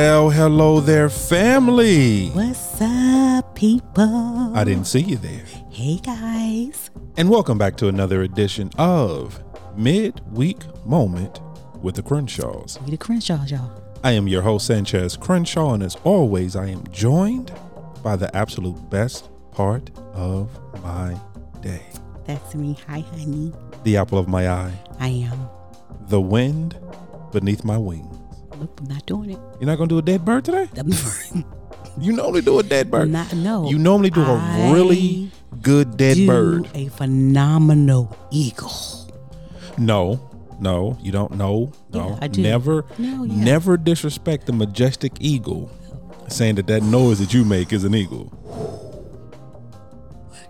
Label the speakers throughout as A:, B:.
A: Hello there, family.
B: What's up, people?
A: I didn't see you there.
B: Hey, guys.
A: And welcome back to another edition of Midweek Moment with the Crenshaws.
B: We the Crenshaws, y'all.
A: I am your host, Sanchez Crenshaw, and as always, I am joined by the absolute best part of my day
B: That's me. Hi, honey.
A: the apple of my eye,
B: I am.
A: the wind beneath my wings.
B: Nope, I'm not doing it.
A: You're not going to do a dead bird today?
B: I'm
A: You normally do a dead bird.
B: not, no.
A: You normally do a
B: I
A: really good dead
B: do
A: bird.
B: A phenomenal eagle.
A: No, no, you don't. No, no,
B: Yeah, I do.
A: never,
B: No, yeah.
A: never disrespect the majestic eagle, saying that that noise that you make is an eagle.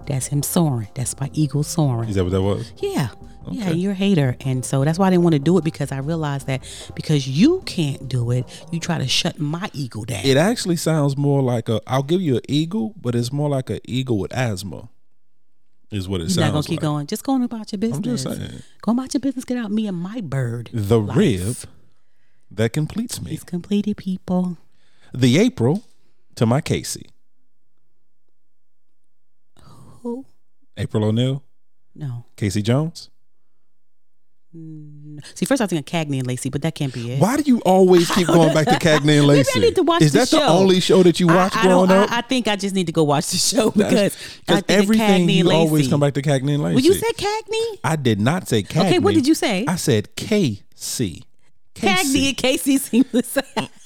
B: That's him soaring. That's my eagle soaring.
A: Is that what that was?
B: Yeah. Yeah,
A: Okay.
B: you're a hater. And so that's why I didn't want to do it because I realized that because you can't do it, you try to shut my eagle down.
A: It actually sounds more like a. I'll give you an eagle, but it's more like an eagle with asthma. Is what it
B: You're
A: sounds
B: not gonna keep
A: like.
B: going. Just go on about your
A: I'm
B: business.
A: just saying
B: Go about your business. Get out me and my bird.
A: the
B: Life.
A: rib that completes me.
B: It's completed, people.
A: The April to my Casey.
B: Who?
A: April O'Neil,
B: No.
A: Casey Jones.
B: Mm, See, first I was thinking Cagney and Lacey, but that can't be it.
A: Why do you always keep going back to Cagney and Lacey?
B: need to watch
A: Is
B: the
A: that the
B: show.
A: only show that you
B: I-
A: watched
B: I,
A: growing
B: don't-
A: up?
B: I, I think I just need to go watch the show because I
A: Because
B: think
A: everything
B: Cagney
A: you
B: and Lacey.
A: always come back to Cagney and Lacey.
B: Well, you said Cagney.
A: I did not say Cagney.
B: Okay, what did you say?
A: I said KC. KC.
B: Cagney and Casey seem the same.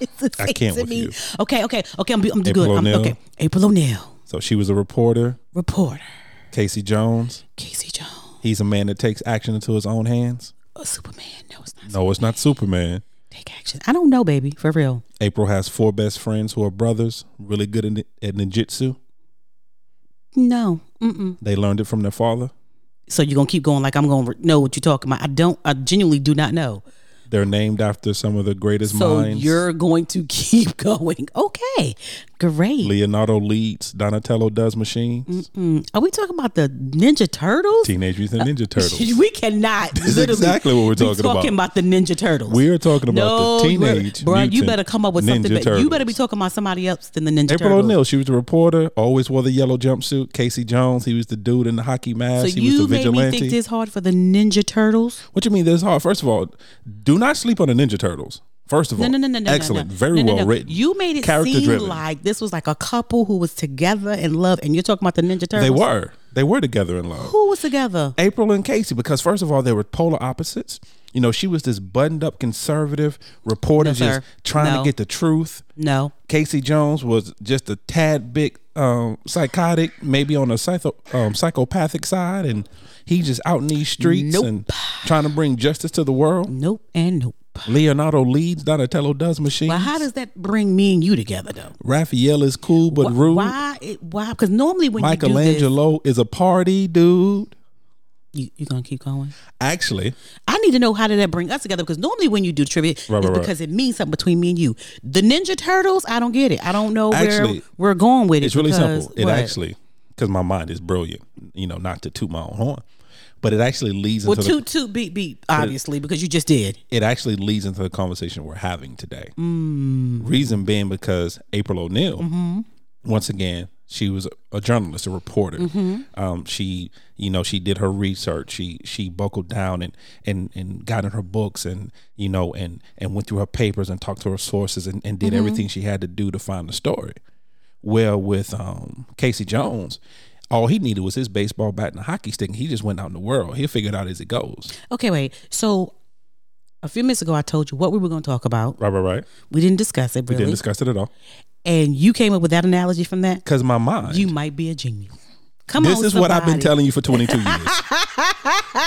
B: It's the
A: I
B: same
A: can't
B: to
A: with
B: me.
A: you.
B: Okay, okay, okay. I'm, I'm
A: April
B: good. I'm,
A: O'Neil.
B: okay, April O'Neil,
A: So she was a reporter.
B: reporter,
A: Casey Jones.
B: Casey Jones,
A: He's a man that takes action into his own hands.
B: oh, Superman. No, it's not.
A: No, it's not Superman.
B: Take action. I don't know, baby. For real.
A: April has four best friends who are brothers, really good in, at ninjutsu.
B: No. Mm-mm.
A: They learned it from their father.
B: So you're gonna keep going like I'm gonna re- know what you're talking about. I don't. I genuinely do not know.
A: They're named after some of the greatest
B: so
A: minds.
B: you're going to keep going. Okay, great.
A: Leonardo leads, Donatello does machines.
B: Mm. Are we talking about the Ninja Turtles?
A: Teenage Mutant Ninja Turtles.
B: We cannot.
A: is
B: literally
A: exactly what we're
B: be
A: talking about.
B: talking about the Ninja Turtles.
A: We are talking about
B: no,
A: the
B: you better-
A: teenage.
B: bruh, you
A: Mutant
B: better come up with something.
A: Ninja
B: better. you better
A: Turtles.
B: be talking about somebody else than the Ninja
A: April
B: Turtles.
A: O'Neil, she was a reporter, always wore the yellow jumpsuit. Casey Jones, he was the dude in the hockey
B: So
A: mask. he was
B: you
A: the
B: made
A: vigilante.
B: me think this hard for the Ninja Turtles.
A: what you mean this is hard? First of all, do not sleep on the Ninja Turtles. First of
B: No,
A: all,
B: no, no, no, no. no,
A: excellent,
B: no.
A: very
B: No, no,
A: well
B: no.
A: written.
B: You made it
A: Character
B: seem
A: driven.
B: like this was like a couple who was together in love, and you're talking about the Ninja Turtles.
A: they were, they were together in love.
B: Who was together?
A: April and Casey, because first of all, they were polar opposites. You know, she was this buttoned up conservative reporter,
B: No,
A: just
B: sir.
A: trying
B: No.
A: to get the truth.
B: No.
A: Casey Jones was just a tad bit um, psychotic, maybe on the psycho, um, psychopathic side, and he just out in these streets
B: Nope.
A: and trying to bring justice to the world.
B: Nope. And nope.
A: Leonardo leads Donatello does machines.
B: Well, how does that bring me and you together, though?
A: Raphael is cool but
B: Wh-
A: rude.
B: Why? It, why? Because normally when you do
A: Michelangelo is a party dude.
B: this, you, you're gonna keep going.
A: Actually,
B: I need to know how did that bring us together? Because normally when you do trivia,
A: Right,
B: it's
A: right, right.
B: because it means something between me and you. The Ninja Turtles, I don't get it. I don't know
A: Actually,
B: where we're going with it.
A: it's really
B: because-
A: simple. It
B: what?
A: actually, because my mind is brilliant, you know, not to toot my own horn, but it actually leads
B: well,
A: into the
B: two two beat beat obviously because you just did.
A: it actually leads into the conversation we're having today. Reason being because April O'Neil, once again, she was a journalist, a reporter. Um, she, you know, she did her research. She she buckled down and and and got in her books and you know and and went through her papers and talked to her sources and, and did everything she had to do to find the story. Well, with um, Casey Jones. All he needed was his baseball bat and a hockey stick, and he just went out in the world. He'll figure it out as it goes.
B: Okay, wait. So a few minutes ago, I told you what we were going to talk about.
A: Right, right, right.
B: We didn't discuss it really,
A: Didn't discuss it at all.
B: and you came up with that analogy from that.
A: Because my mind.
B: You might be a genius. Come on,
A: this is what I've been
B: somebody.
A: telling you for 22 years.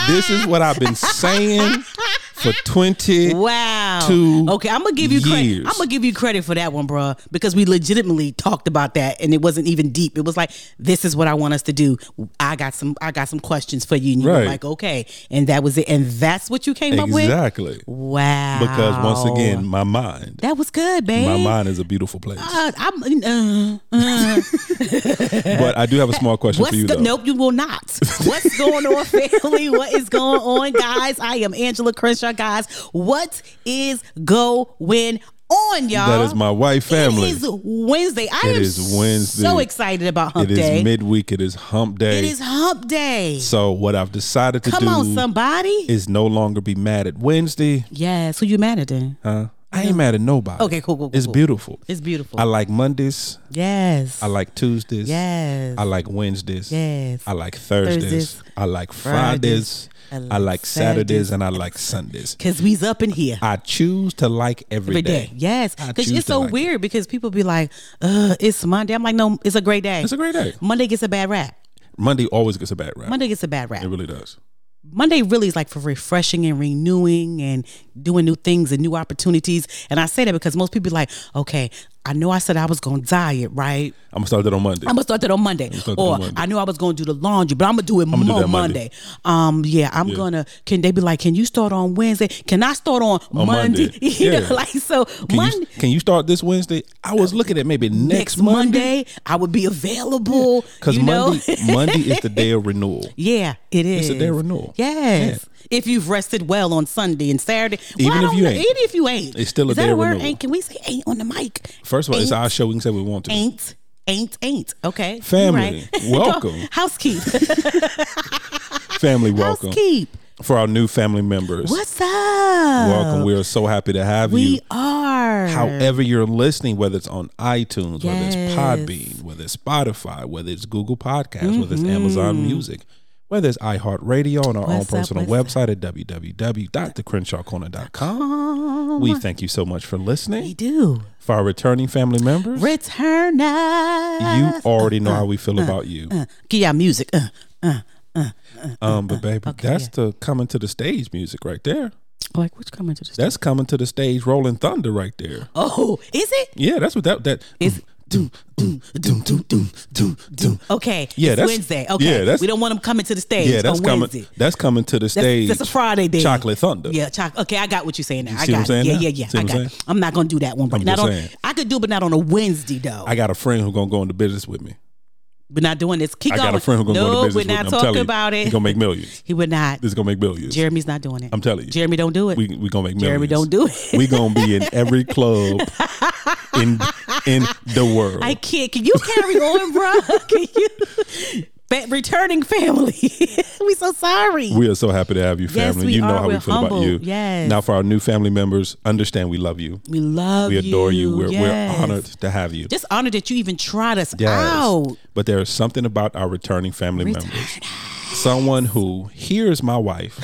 A: this is what I've been saying for 20.
B: Wow.
A: two
B: okay, I'm gonna give you credit.
A: years.
B: I'm gonna give you credit for that one, bruh, because we legitimately talked about that, and it wasn't even deep. It was like, this is what I want us to do. I got some, I got some questions for you, and you
A: Right.
B: were like, okay, and that was it, and that's what you came up with.
A: Exactly.
B: Wow.
A: Because once again, my mind.
B: that was good, babe.
A: My mind is a beautiful place.
B: Uh, I'm, uh, uh,
A: But I do have a small question for
B: what's
A: you,
B: go-
A: though.
B: nope, you will not. What's going on, family? What is going on, guys? I am Angela Crenshaw, guys. What is going on, y'all.
A: That is my white family.
B: uh-huh. It is Wednesday. I
A: It
B: am
A: is Wednesday.
B: so excited about hump
A: it is
B: day.
A: midweek. It is hump day.
B: it is hump day.
A: so what I've decided to
B: Come
A: do
B: on, somebody.
A: is no longer be mad at Wednesday.
B: yes. Who you mad at then?
A: Huh? I ain't mad at nobody.
B: Okay, cool, cool, cool,
A: It's
B: cool.
A: beautiful.
B: It's beautiful.
A: I like Mondays.
B: yes.
A: I like Tuesdays.
B: yes.
A: I like Wednesdays.
B: Yes.
A: I like Thursdays.
B: Thursdays.
A: I like Fridays. I like, Saturdays, and I like Sundays.
B: Cause we's up in here.
A: I choose to like
B: Every day. Yes.
A: I
B: Because
A: choose
B: it's
A: to
B: so
A: like it.
B: weird because people be like, uh, it's Monday. I'm like, no, it's a great day.
A: It's a Uh, great day.
B: Monday gets a bad rap.
A: Monday always gets a bad rap.
B: Monday gets a bad rap.
A: It really does.
B: Monday really is like for refreshing and renewing and doing new things and new opportunities. And I say that because most people be like, okay, I know I said I was going to diet, right?
A: I'm gonna start that on Monday.
B: I'm gonna start that on Monday.
A: start that
B: Or
A: on Monday.
B: I knew I was gonna do the laundry, but I'm gonna do it
A: do
B: on
A: that
B: Monday.
A: Monday.
B: Um, yeah, I'm gonna. Can they be like, can you start on Wednesday? Can I start on,
A: On
B: Monday?
A: Monday.
B: You know,
A: Yeah.
B: like so
A: can,
B: Monday.
A: you, can you start this Wednesday? I was looking at maybe next,
B: Next Monday, I would be available.
A: because
B: you know?
A: Monday Monday is the day of renewal.
B: yeah, it
A: It's
B: is.
A: a day of renewal.
B: Yes. If you've rested well on Sunday and Saturday, well,
A: Even
B: I
A: if
B: don't
A: you
B: know,
A: ain't.
B: even if you ain't,
A: It's still a
B: Is that
A: day of
B: word?
A: renewal.
B: Ain't can we say ain't on the mic?
A: First of all, it's
B: Ain't.
A: our show. We can say what we want to.
B: Ain't, ain't, ain't. Okay, you're
A: Family,
B: right.
A: welcome.
B: Housekeep,
A: Family, welcome
B: housekeep.
A: for our new family members.
B: What's up?
A: Welcome. We are so happy to have you.
B: We are.
A: However, you're listening, whether it's on iTunes,
B: Yes. Mm-hmm.
A: whether it's Podbean, whether it's Spotify, whether it's Google Podcasts, whether it's Amazon Music, whether it's iHeartRadio, and our own
B: What's up,
A: personal
B: what's
A: website at www.thecrenshawcorner.com. We thank you so much for
B: Oh, we
A: listening.
B: do.
A: For our returning family members,
B: Return
A: you
B: us.
A: already know how we feel about you.
B: Uh, Get your music. Uh, uh.
A: Um, but baby, that's the coming to the stage music right there.
B: Like what's coming to the
A: That's coming to the stage rolling thunder right there.
B: Oh, is it?
A: Yeah, that's what that that is. Doom, doom, doom, doom, doom, doom, doom.
B: Okay.
A: Yeah,
B: it's
A: that's-
B: Wednesday. Okay.
A: yeah, that's-
B: we don't want them coming to the stage
A: Yeah, that's
B: on
A: coming.
B: Wednesday.
A: That's coming to the stage.
B: That's, that's a Friday day.
A: Chocolate Thunder.
B: Yeah, choc- okay, I got what you're saying now. I
A: see what
B: got
A: I'm
B: it.
A: saying
B: Yeah,
A: now?
B: yeah, yeah.
A: See
B: I
A: what I'm
B: got
A: saying?
B: it. I'm not gonna do that one, but
A: I'm
B: not
A: just
B: on
A: saying.
B: I could do but not on a Wednesday though.
A: I got a friend who's gonna go into business with me.
B: we're not doing this. Keep
A: I
B: going.
A: got a friend who's gonna
B: no,
A: go into business with
B: we're
A: me.
B: not
A: I'm telling
B: talking
A: you,
B: about it.
A: He's gonna make millions.
B: he would not.
A: This is gonna make billions.
B: Jeremy's not doing it.
A: I'm telling you.
B: Jeremy, don't do it.
A: we we gonna make
B: Jeremy,
A: millions.
B: don't do it.
A: We gonna be in every club in in the world.
B: I can't. Can you carry on, bro? Can you? But returning family. we so sorry.
A: we are so happy to have you,
B: Yes,
A: family.
B: we
A: you know
B: are.
A: how
B: We're
A: we feel
B: humbled.
A: about you.
B: Yes.
A: Now, for our new family members, understand we love you.
B: We love
A: We adore you. We're
B: Yes.
A: we're honored to have you.
B: Just honored that you even tried us
A: Yes.
B: out.
A: But there is something about our returning family members. Someone who hears my wife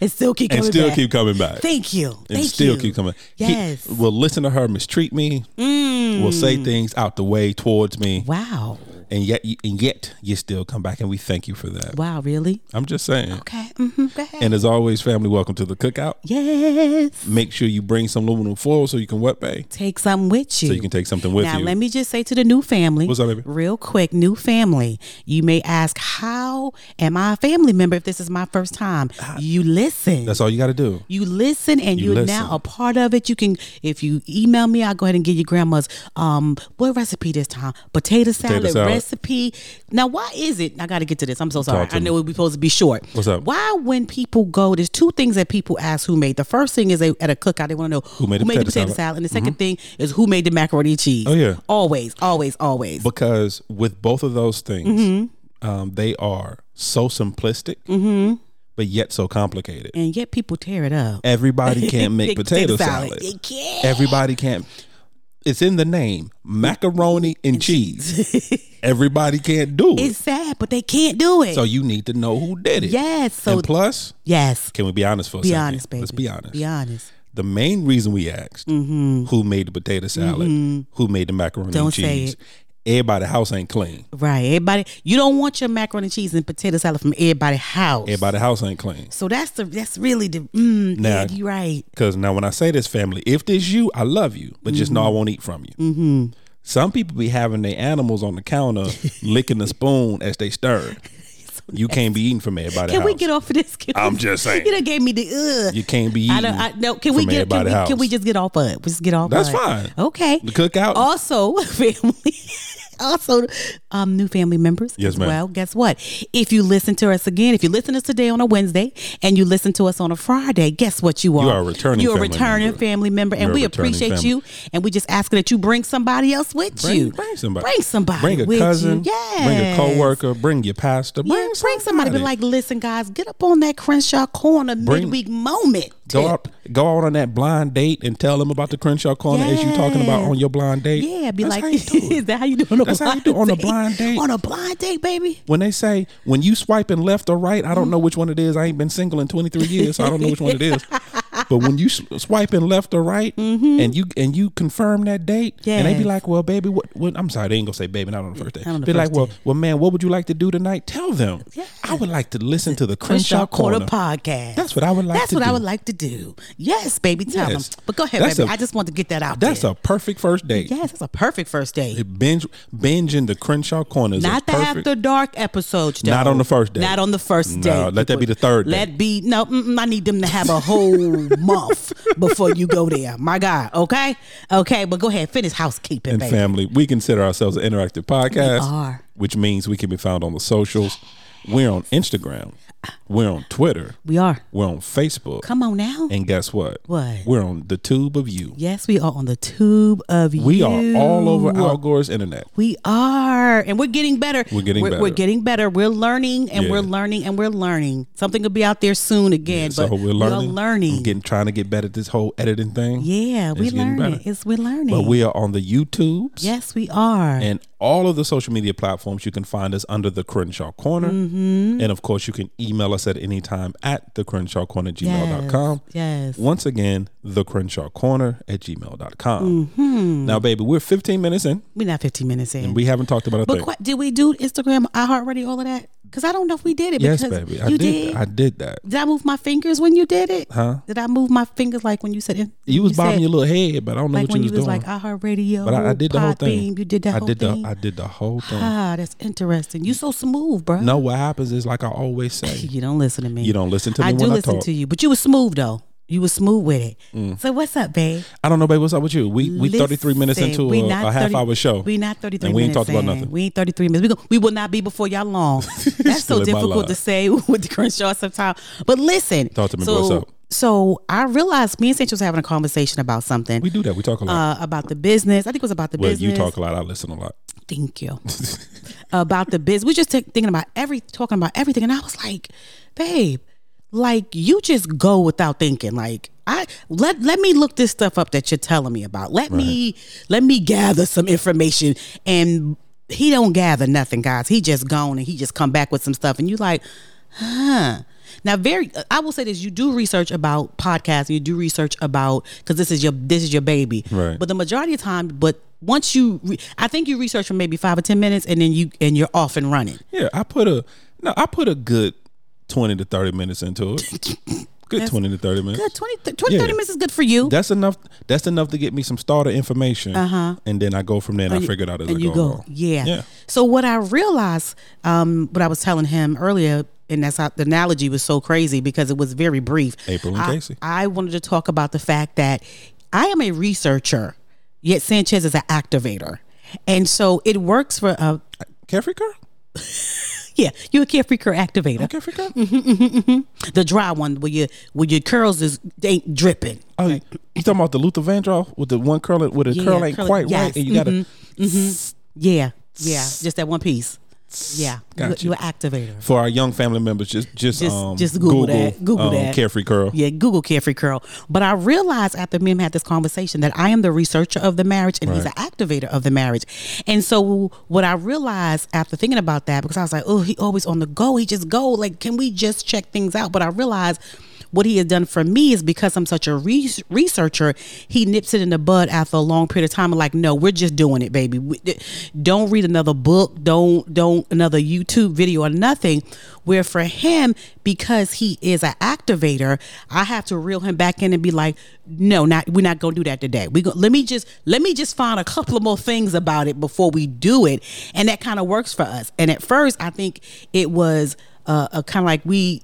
B: And still keep
A: and
B: coming
A: still
B: back.
A: keep coming back.
B: Thank you.
A: and
B: Thank
A: still
B: you.
A: keep coming. He
B: Yes. Mm.
A: will listen to her mistreat me. Will say things out the way towards me,
B: wow.
A: and yet and yet you still come back, and we thank you for that.
B: Wow. Really?
A: I'm just saying.
B: Okay. Mm-hmm. Go ahead.
A: And as always, family, welcome to the cookout.
B: yes.
A: Make sure you bring some aluminum foil so you can wet bay,
B: Take something with you.
A: so you can take something with
B: now
A: you.
B: let me just say to the new family
A: What's up, baby?
B: real quick new family you may ask how am i a family member if this is my first time you
A: Ah.
B: listen
A: That's all you got to do.
B: you listen and
A: You
B: you are
A: listen.
B: now a part of it. You can, if you email me, I'll go ahead and get your grandma's, um, what recipe this time? Potato salad,
A: salad.
B: recipe. Now, why is it? I got to get to this. I'm so sorry.
A: Talk to
B: I know we're supposed to be short.
A: What's up?
B: Why, when people go, there's two things that people ask who made. The first thing is they at a cookout, they want to know who
A: made the
B: the
A: potato Mm-hmm.
B: potato salad. And the 2nd thing is who made the macaroni and cheese.
A: Oh, yeah.
B: Always, always, always.
A: because with both of those things,
B: Mm-hmm.
A: um, they are so simplistic, but yet so complicated.
B: and yet people tear it up.
A: Everybody can't make potato, salad.
B: They can't.
A: Everybody can't. It's in the name, macaroni and cheese. Everybody can't do it,
B: It's sad, but they can't do it.
A: so you need to know who did it.
B: yes. So,
A: and plus,
B: yes.
A: can we be honest for a
B: Be
A: second?
B: honest, baby.
A: Let's be honest.
B: Be honest.
A: The main reason we asked who made the potato salad, who made the macaroni
B: Mm-hmm. Don't
A: and
B: say
A: cheese,
B: it.
A: everybody's house ain't clean.
B: Right. Everybody, you don't want your macaroni and cheese and potato salad from everybody's house.
A: Everybody's house ain't clean.
B: So that's the that's really the mm,
A: Now-
B: yeah, you right.
A: Because now, when I say this, family, if this you, I love you, but just know I won't eat from you. Mm-hmm. Some people be having their animals on the counter, licking the spoon as they stir. You can't be eating from everybody.
B: Can we
A: house.
B: get off of this? Can
A: I'm
B: we-
A: just saying.
B: You done gave me the ugh.
A: You can't be eating.
B: I don't. I, no. Can we
A: from
B: get? Can
A: everybody
B: we,
A: house.
B: can we just get off of? it? We just get off.
A: That's
B: of it.
A: fine.
B: Okay.
A: the cookout?
B: Also, family. also um, new family members
A: Yes,
B: as
A: ma'am.
B: well. Guess what? If you listen to us again, if you listen to us today on a Wednesday and you listen to us on a Friday, guess what you are?
A: are a returning
B: You're a
A: family
B: returning
A: member.
B: family member, and
A: You're a
B: we
A: returning
B: appreciate
A: family.
B: you. And we just ask that you bring somebody else with
A: Bring,
B: you.
A: bring somebody.
B: Bring somebody.
A: Bring a
B: with
A: cousin.
B: You.
A: Bring a
B: Yes.
A: coworker. Bring your pastor. Bring,
B: Yeah, bring somebody. Be like, listen, guys, get up on that Crenshaw Corner
A: Bring-
B: midweek moment.
A: Go out, go out on that blind date and tell them about the Crenshaw Corner as you talking about
B: Yes.
A: on your blind date.
B: Yeah, be
A: That's
B: like,
A: how you do it.
B: is that how you do it on a
A: That's how you
B: blind
A: do it on a
B: date?
A: blind date.
B: On a blind date, baby.
A: when they say when you swiping left or right, I don't know which one it is. I ain't been single in 23 years, so I don't know which one it is. But when you s- swiping left or right, and you and you confirm that date, and they be
B: Mm-hmm. Yes. Mm,
A: like, "Well, baby, what, what?" I'm sorry, they ain't gonna say, "Baby," not on the first date.
B: Not on the
A: Be like,
B: first
A: "Well,
B: date.
A: well, man, what would you like to do tonight?" Tell them,
B: Yeah.
A: "I would like to listen to the Crenshaw, Corner."
B: podcast.
A: That's what I would like
B: That's
A: to
B: what I
A: do.
B: would like to do. Yes, baby, tell
A: Yes.
B: them. But go ahead,
A: That's
B: baby.
A: a-
B: I just want to get that out
A: That's
B: there.
A: a perfect first date.
B: yes, that's a perfect first date.
A: Binge binging the Crenshaw Corner is a
B: Not the
A: perfect.
B: after dark episodes. Joe.
A: Not on the first day.
B: Not on the first
A: No,
B: day.
A: let that be the third day.
B: Let be no. Mm-mm, I need them to have a whole month before you go there. My God. Okay. Okay. But go ahead. Finish housekeeping,
A: and
B: baby.
A: family. We consider ourselves an interactive podcast,
B: are.
A: which means we can be found on the socials. We're on Instagram. We're on Twitter.
B: we are.
A: We're on Facebook.
B: Come on now.
A: And guess what?
B: What?
A: We're on the tube of you.
B: Yes, we are on the tube of you.
A: We are all over Al Gore's internet.
B: We are, and we're getting better.
A: We're getting
B: we're,
A: better.
B: We're getting better. We're learning, and
A: Yeah.
B: we're learning, and we're learning. Something will be out there soon again.
A: so
B: but
A: we're learning.
B: We're
A: I'm
B: learning.
A: getting trying to get better at this whole editing thing.
B: yeah, we
A: It's getting
B: learn it.
A: better.
B: It's we're learning.
A: But we are on the YouTubes
B: yes, we are.
A: and all of the social media platforms. You can find us under the Crenshaw Corner.
B: Mm-hmm.
A: And of course, you can email us at any time at the Crenshaw Corner gmail.com.
B: Yes. yes.
A: Once again, the Crenshaw Corner at gmail.com. Mm-hmm. Now, baby, we're 15 minutes in.
B: We're not 15 minutes in.
A: We haven't talked about a
B: but
A: thing.
B: qu- did we do Instagram, iHeartRadio, all of that? Because I don't know if we did it.
A: yes,
B: because
A: baby. I
B: you
A: did,
B: did.
A: I did that.
B: Did I move my fingers when you did it? Huh? Did I move my fingers like when you said in,
A: You was bobbing
B: said-
A: your little head, but I don't know
B: like
A: what
B: when
A: you
B: you
A: was
B: was
A: doing.
B: like iHeartRadio?
A: but I, I did the whole thing.
B: Podbean, You did that
A: I
B: whole
A: did
B: thing.
A: The, I did the whole thing.
B: Ah, that's interesting. You so smooth, bro.
A: Mm. No, what happens is like I always say,
B: You don't listen to me.
A: you don't listen to me
B: I do
A: when I
B: listen
A: talk.
B: to you, but you was smooth though. You was smooth with it. So what's up, babe?
A: I don't know, baby. What's up with you? We we thirty three minutes
B: Listen,
A: into
B: we
A: a,
B: not
A: a half
B: 30
A: hour show.
B: We not thirty three.
A: And we ain't talked
B: minutes
A: about
B: in.
A: nothing.
B: We ain't thirty three minutes. We, go, we will not be before y'all long. That's
A: Still
B: so
A: in my
B: difficult
A: line.
B: to say with the Crenshaw sometimes. But listen,
A: Talk to me,
B: so,
A: what's up?
B: So I realized me and Sancho was having a conversation about something
A: we do that. We talk a lot.
B: uh, about the business. I think it was about the
A: well,
B: business.
A: you talk a lot. I listen a lot.
B: Thank you. about the biz. We just take thinking about every talking about everything, and I was like, babe, like you just go without thinking. Like I let let me look this stuff up that you're telling me about. Let me let me gather some information and. He don't gather nothing, guys. He just gone and he just come back with some stuff, and you like, huh? Uh-huh. Now, very, I will say this: you do research about podcasts, and you do research about because this is your this is your baby,
A: Right.
B: But the majority of time, but once you, re- I think you research for maybe five or ten minutes, and then you and you're off and running.
A: Yeah, I put a no, I put a good twenty to thirty minutes into it. Good twenty to thirty minutes.
B: Good 20, th- 20 30
A: Yeah.
B: minutes is good for you.
A: That's enough. That's enough to get me some starter information, uh-huh. and then I go from there. and I figure it out as I
B: and you
A: go.
B: go,
A: along.
B: yeah.
A: Yeah.
B: So what I realized, um, what I was telling him earlier, and that's how the analogy was so crazy because it was very brief.
A: April and
B: I,
A: Casey.
B: I wanted to talk about the fact that I am a researcher, yet Sanchez is an activator, and so it works for uh,
A: Carefree girl,
B: yeah, you're a carefree cur activator,
A: carefree girl.
B: Mm-hmm. the dry one where your where your curls is they ain't dripping.
A: Oh, you you talking about the Luther Vandross with the one curl with the
B: Yeah,
A: curl ain't
B: curl-
A: quite
B: yes, Mm-hmm.
A: right, and you gotta.
B: Yeah, yeah, just that one piece. Yeah,
A: Gotcha.
B: you, you're an activator.
A: For our young family members, just just
B: Just-
A: um,
B: just Google that. Google
A: um,
B: that.
A: carefree curl.
B: Yeah, Google carefree curl. But I realized after me and him had this conversation that I am the researcher of the marriage and he's an
A: Right.
B: activator of the marriage. And so what I realized after thinking about that, because I was like, oh, he always on the go. He just go. Like, can we just check things out? But I realized what he has done for me is because I'm such a re- researcher, he nips it in the bud after a long period of time. I'm like, no, we're just doing it, baby. We, don't read another book. Don't don't another YouTube video or nothing. Where for him, because he is an activator, I have to reel him back in and be like, no, not we're not gonna do that today. We go, let me just let me just find a couple of more things about it before we do it, and that kind of works for us. And at first, I think it was uh, a kind of like we.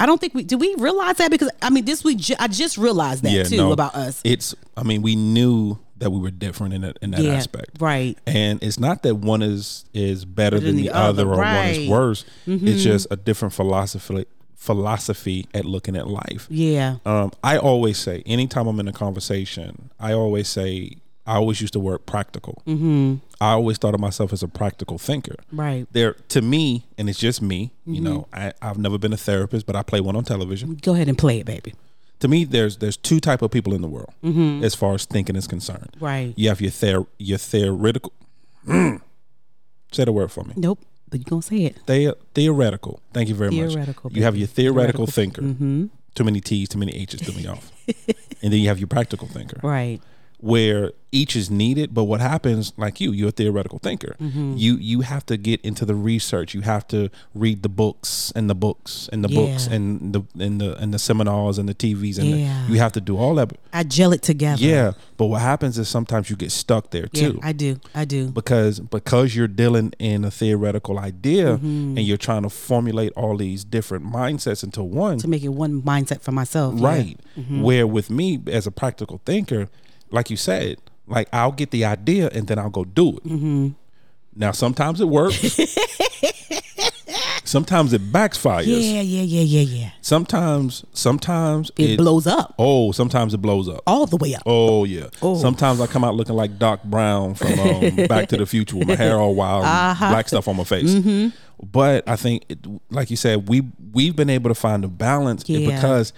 B: I don't think we did. We realize that because I mean, this we ju- I just realized that
A: Yeah,
B: too
A: no,
B: about us.
A: It's. I mean, we knew that we were different in that in that
B: yeah,
A: aspect.
B: right.
A: And it's not that one is is better than the,
B: the
A: other,
B: other,
A: or one
B: right. Mm-hmm.
A: is worse. It's just a different philosophy philosophy at looking at life.
B: Yeah,
A: Um, I always say, anytime I'm in a conversation, I always say, I always use the word practical. Mm-hmm. I always thought of myself as a practical thinker.
B: right. Mm-hmm.
A: There, to me, and it's just me. You know, I, I've never been a therapist, but I play one on television.
B: Go ahead and play it, baby.
A: To me, there's there's two type of people in the world
B: Mm-hmm.
A: as far as thinking is concerned.
B: Right.
A: You have your ther- your theoretical. Mm. Say the word for me.
B: Nope. But you gonna say it.
A: The- theoretical. Thank you very
B: Theoretical, mm-hmm.
A: much. You have
B: baby.
A: your theoretical, thinker. Too many T's, too many H's, threw me off. and then you have your practical thinker,
B: Right.
A: where each is needed. But what happens, like you, you're a theoretical thinker.
B: Mm-hmm.
A: You you have to get into the research. You have to read the books and the books and the books
B: Yeah.
A: and the and the and the seminars and the TVs and
B: Yeah.
A: the, you have to do all that.
B: I gel it together.
A: Yeah, but what happens is sometimes you get stuck there
B: Yeah,
A: too
B: I do. I do.
A: because because you're dealing in a theoretical idea
B: Mm-hmm.
A: and you're trying to formulate all these different mindsets into one
B: to make it one mindset for myself. yeah. Mm-hmm.
A: right where with me as a practical thinker like you said like i'll get the idea and then i'll go do it
B: Mm-hmm.
A: now sometimes it works sometimes it backfires
B: Yeah. Yeah. Yeah. Yeah. Yeah.
A: sometimes sometimes
B: It, blows up
A: oh sometimes it blows up
B: all the way up.
A: Oh yeah. Sometimes I come out looking like Doc Brown from um, Back to the Future with my hair all wild, and black stuff on my face. But I think, it, like you said, we we've been able to find a balance
B: Yeah.
A: because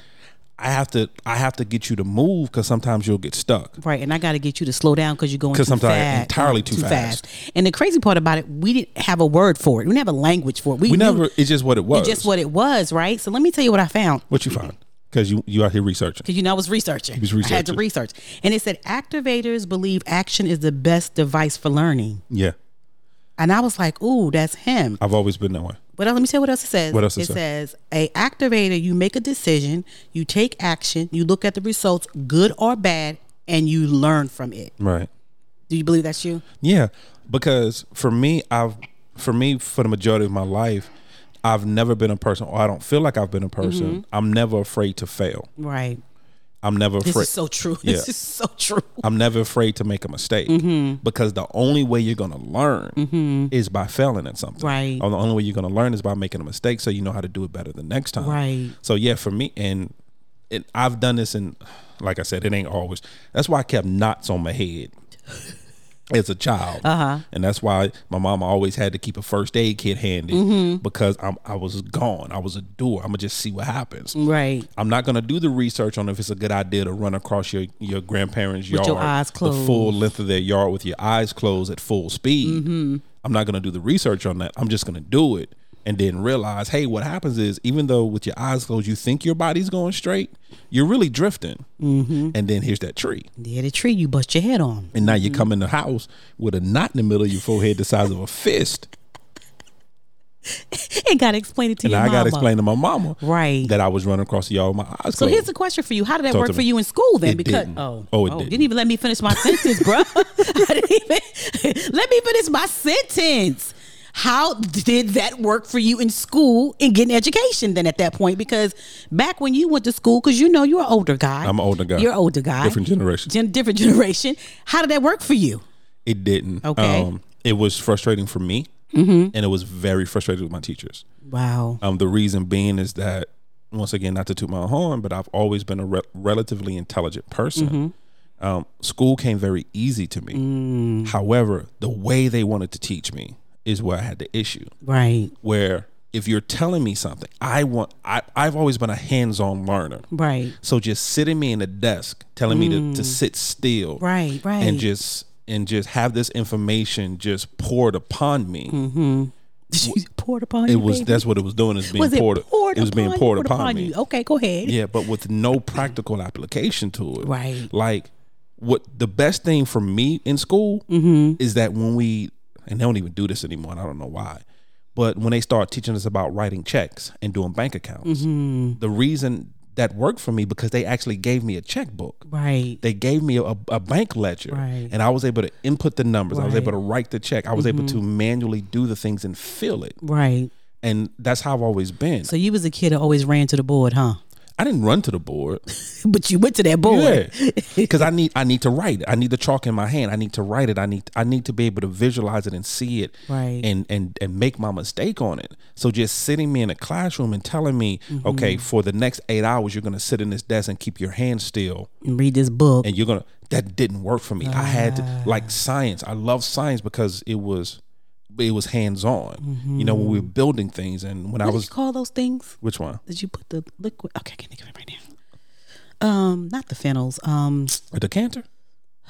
A: I have to I have to get you to move because sometimes you'll get stuck.
B: Right, and I got to get you to slow down because you're going
A: 'Cause
B: too
A: sometimes
B: fast,
A: entirely too fast.
B: And the crazy part about it, we didn't have a word for it. We didn't have a language for it.
A: We
B: knew
A: never. It's just what it was.
B: just what it was, right? So let me tell you what I found.
A: What you find because you you out here researching.
B: Because you know, I was researching.
A: was
B: I had to
A: researching.
B: research, and it said activators believe action is the best device for learning.
A: Yeah,
B: And I was like, "Ooh, that's him."
A: I've always been that way.
B: What else? Let me tell you what else it says.
A: What else it
B: it says? A activator. You make a decision. You take action. You look at the results, good or bad, and you learn from it.
A: Right.
B: Do you believe that's you?
A: Yeah, because for me, I've for me for the majority of my life, I've never been a person, or I don't feel like I've been a person. I'm never afraid to fail.
B: Right.
A: I'm never
B: Mm-hmm. This
A: afraid.
B: is so true. This
A: Yeah.
B: is so true.
A: I'm never afraid to make a mistake
B: Mm-hmm.
A: because the only way you're gonna learn is by failing at something.
B: Right.
A: Or the only way you're gonna learn is by making a mistake, so you know how to do it better the next time.
B: Right.
A: So yeah, for me, and and I've done this, and like I said, it ain't always. That's why I kept knots on my head as a child, uh-huh. and that's why my mama always had to keep a first aid kit handy
B: Mm-hmm.
A: because I'm I was gone. I was a doer. I'm gonna just see what happens.
B: Right.
A: I'm not gonna do the research on if it's a good idea to run across your your grandparents' yard,
B: your eyes
A: the
B: closed. Mm-hmm.
A: full length of their yard with your eyes closed at full speed. I'm not gonna do the research on that. I'm just gonna do it and then realize, hey, what happens is even though with your eyes closed you think your body's going straight, you're really drifting.
B: Mm-hmm.
A: And then here's that tree,
B: Yeah, the tree you bust your head on.
A: and now you come in the house with a knot in the middle of your forehead the size of a fist.
B: And gotta explain it to
A: And
B: your
A: I
B: mama.
A: gotta explain to my mama
B: Right.
A: that I was running across the yard with my eyes
B: So
A: closed.
B: here's the question for you: How did that
A: Talk
B: work
A: to
B: for
A: me.
B: you in school then?
A: It
B: because
A: didn't.
B: oh,
A: Oh, it
B: you
A: didn't.
B: didn't even let me finish my sentence, bro. I didn't even let me finish my sentence. How did that work for you in school and getting education then at that point? Because back when you went to school, because you know you're an older guy.
A: I'm an older guy.
B: You're an older guy.
A: Different generation.
B: Gen- different generation. How did that work for you?
A: It didn't. Um,
B: Okay.
A: it was frustrating for me, and it was very frustrating with my teachers.
B: Wow.
A: Um, the reason being is that once again, not to toot my own horn, but I've always been a re- relatively intelligent person. Um, school came very easy to me. However, the way they wanted to teach me is where I had the issue.
B: Right.
A: Where if you're telling me something, I want. I, I've always been a hands-on learner.
B: Right.
A: So just sitting me in a desk, telling me to, to sit still,
B: Mm. Right, right.
A: and just and just have this information just poured upon me.
B: Mm-hmm. She's poured upon
A: It
B: you.
A: was
B: baby?
A: that's what it was doing. Is being
B: was
A: poured.
B: it poured
A: it was being
B: upon you,
A: poured upon, me.
B: you. Okay, go ahead.
A: Yeah, but with no practical application to it.
B: Right.
A: Like what the best thing for me in school
B: Mm-hmm.
A: is that when we and they don't even do this anymore, and I don't know why. But when they start teaching us about writing checks and doing bank accounts,
B: Mm-hmm.
A: the reason that worked for me because they actually gave me a checkbook.
B: Right.
A: They gave me a, a bank ledger,
B: Right.
A: and I was able to input the numbers. I was
B: Right. Mm-hmm.
A: able to write the check. I was able to manually do the things and fill it,
B: Right.
A: and that's how I've always been.
B: So you was a kid that always ran to the board, huh?
A: I didn't run to the board.
B: but you went to that board.
A: Yeah, because I need I need to write it. I need the chalk in my hand. I need to write it. I need I need to be able to visualize it and see it,
B: Right.
A: And and and make my mistake on it. So just sitting me in a classroom and telling me,
B: Mm-hmm.
A: okay, for the next eight hours, you're gonna sit in this desk and keep your hands still,
B: And read this book.
A: and you're gonna that didn't work for me. I had to,
B: Ah.
A: like science. I love science because it was it was hands on. You know when we were
B: Mm-hmm.
A: building things and when I
B: what did
A: was
B: you call those things?
A: which one
B: Did you put the liquid? Okay, I can't think of it right now. Um, not the fennels. Um,
A: a decanter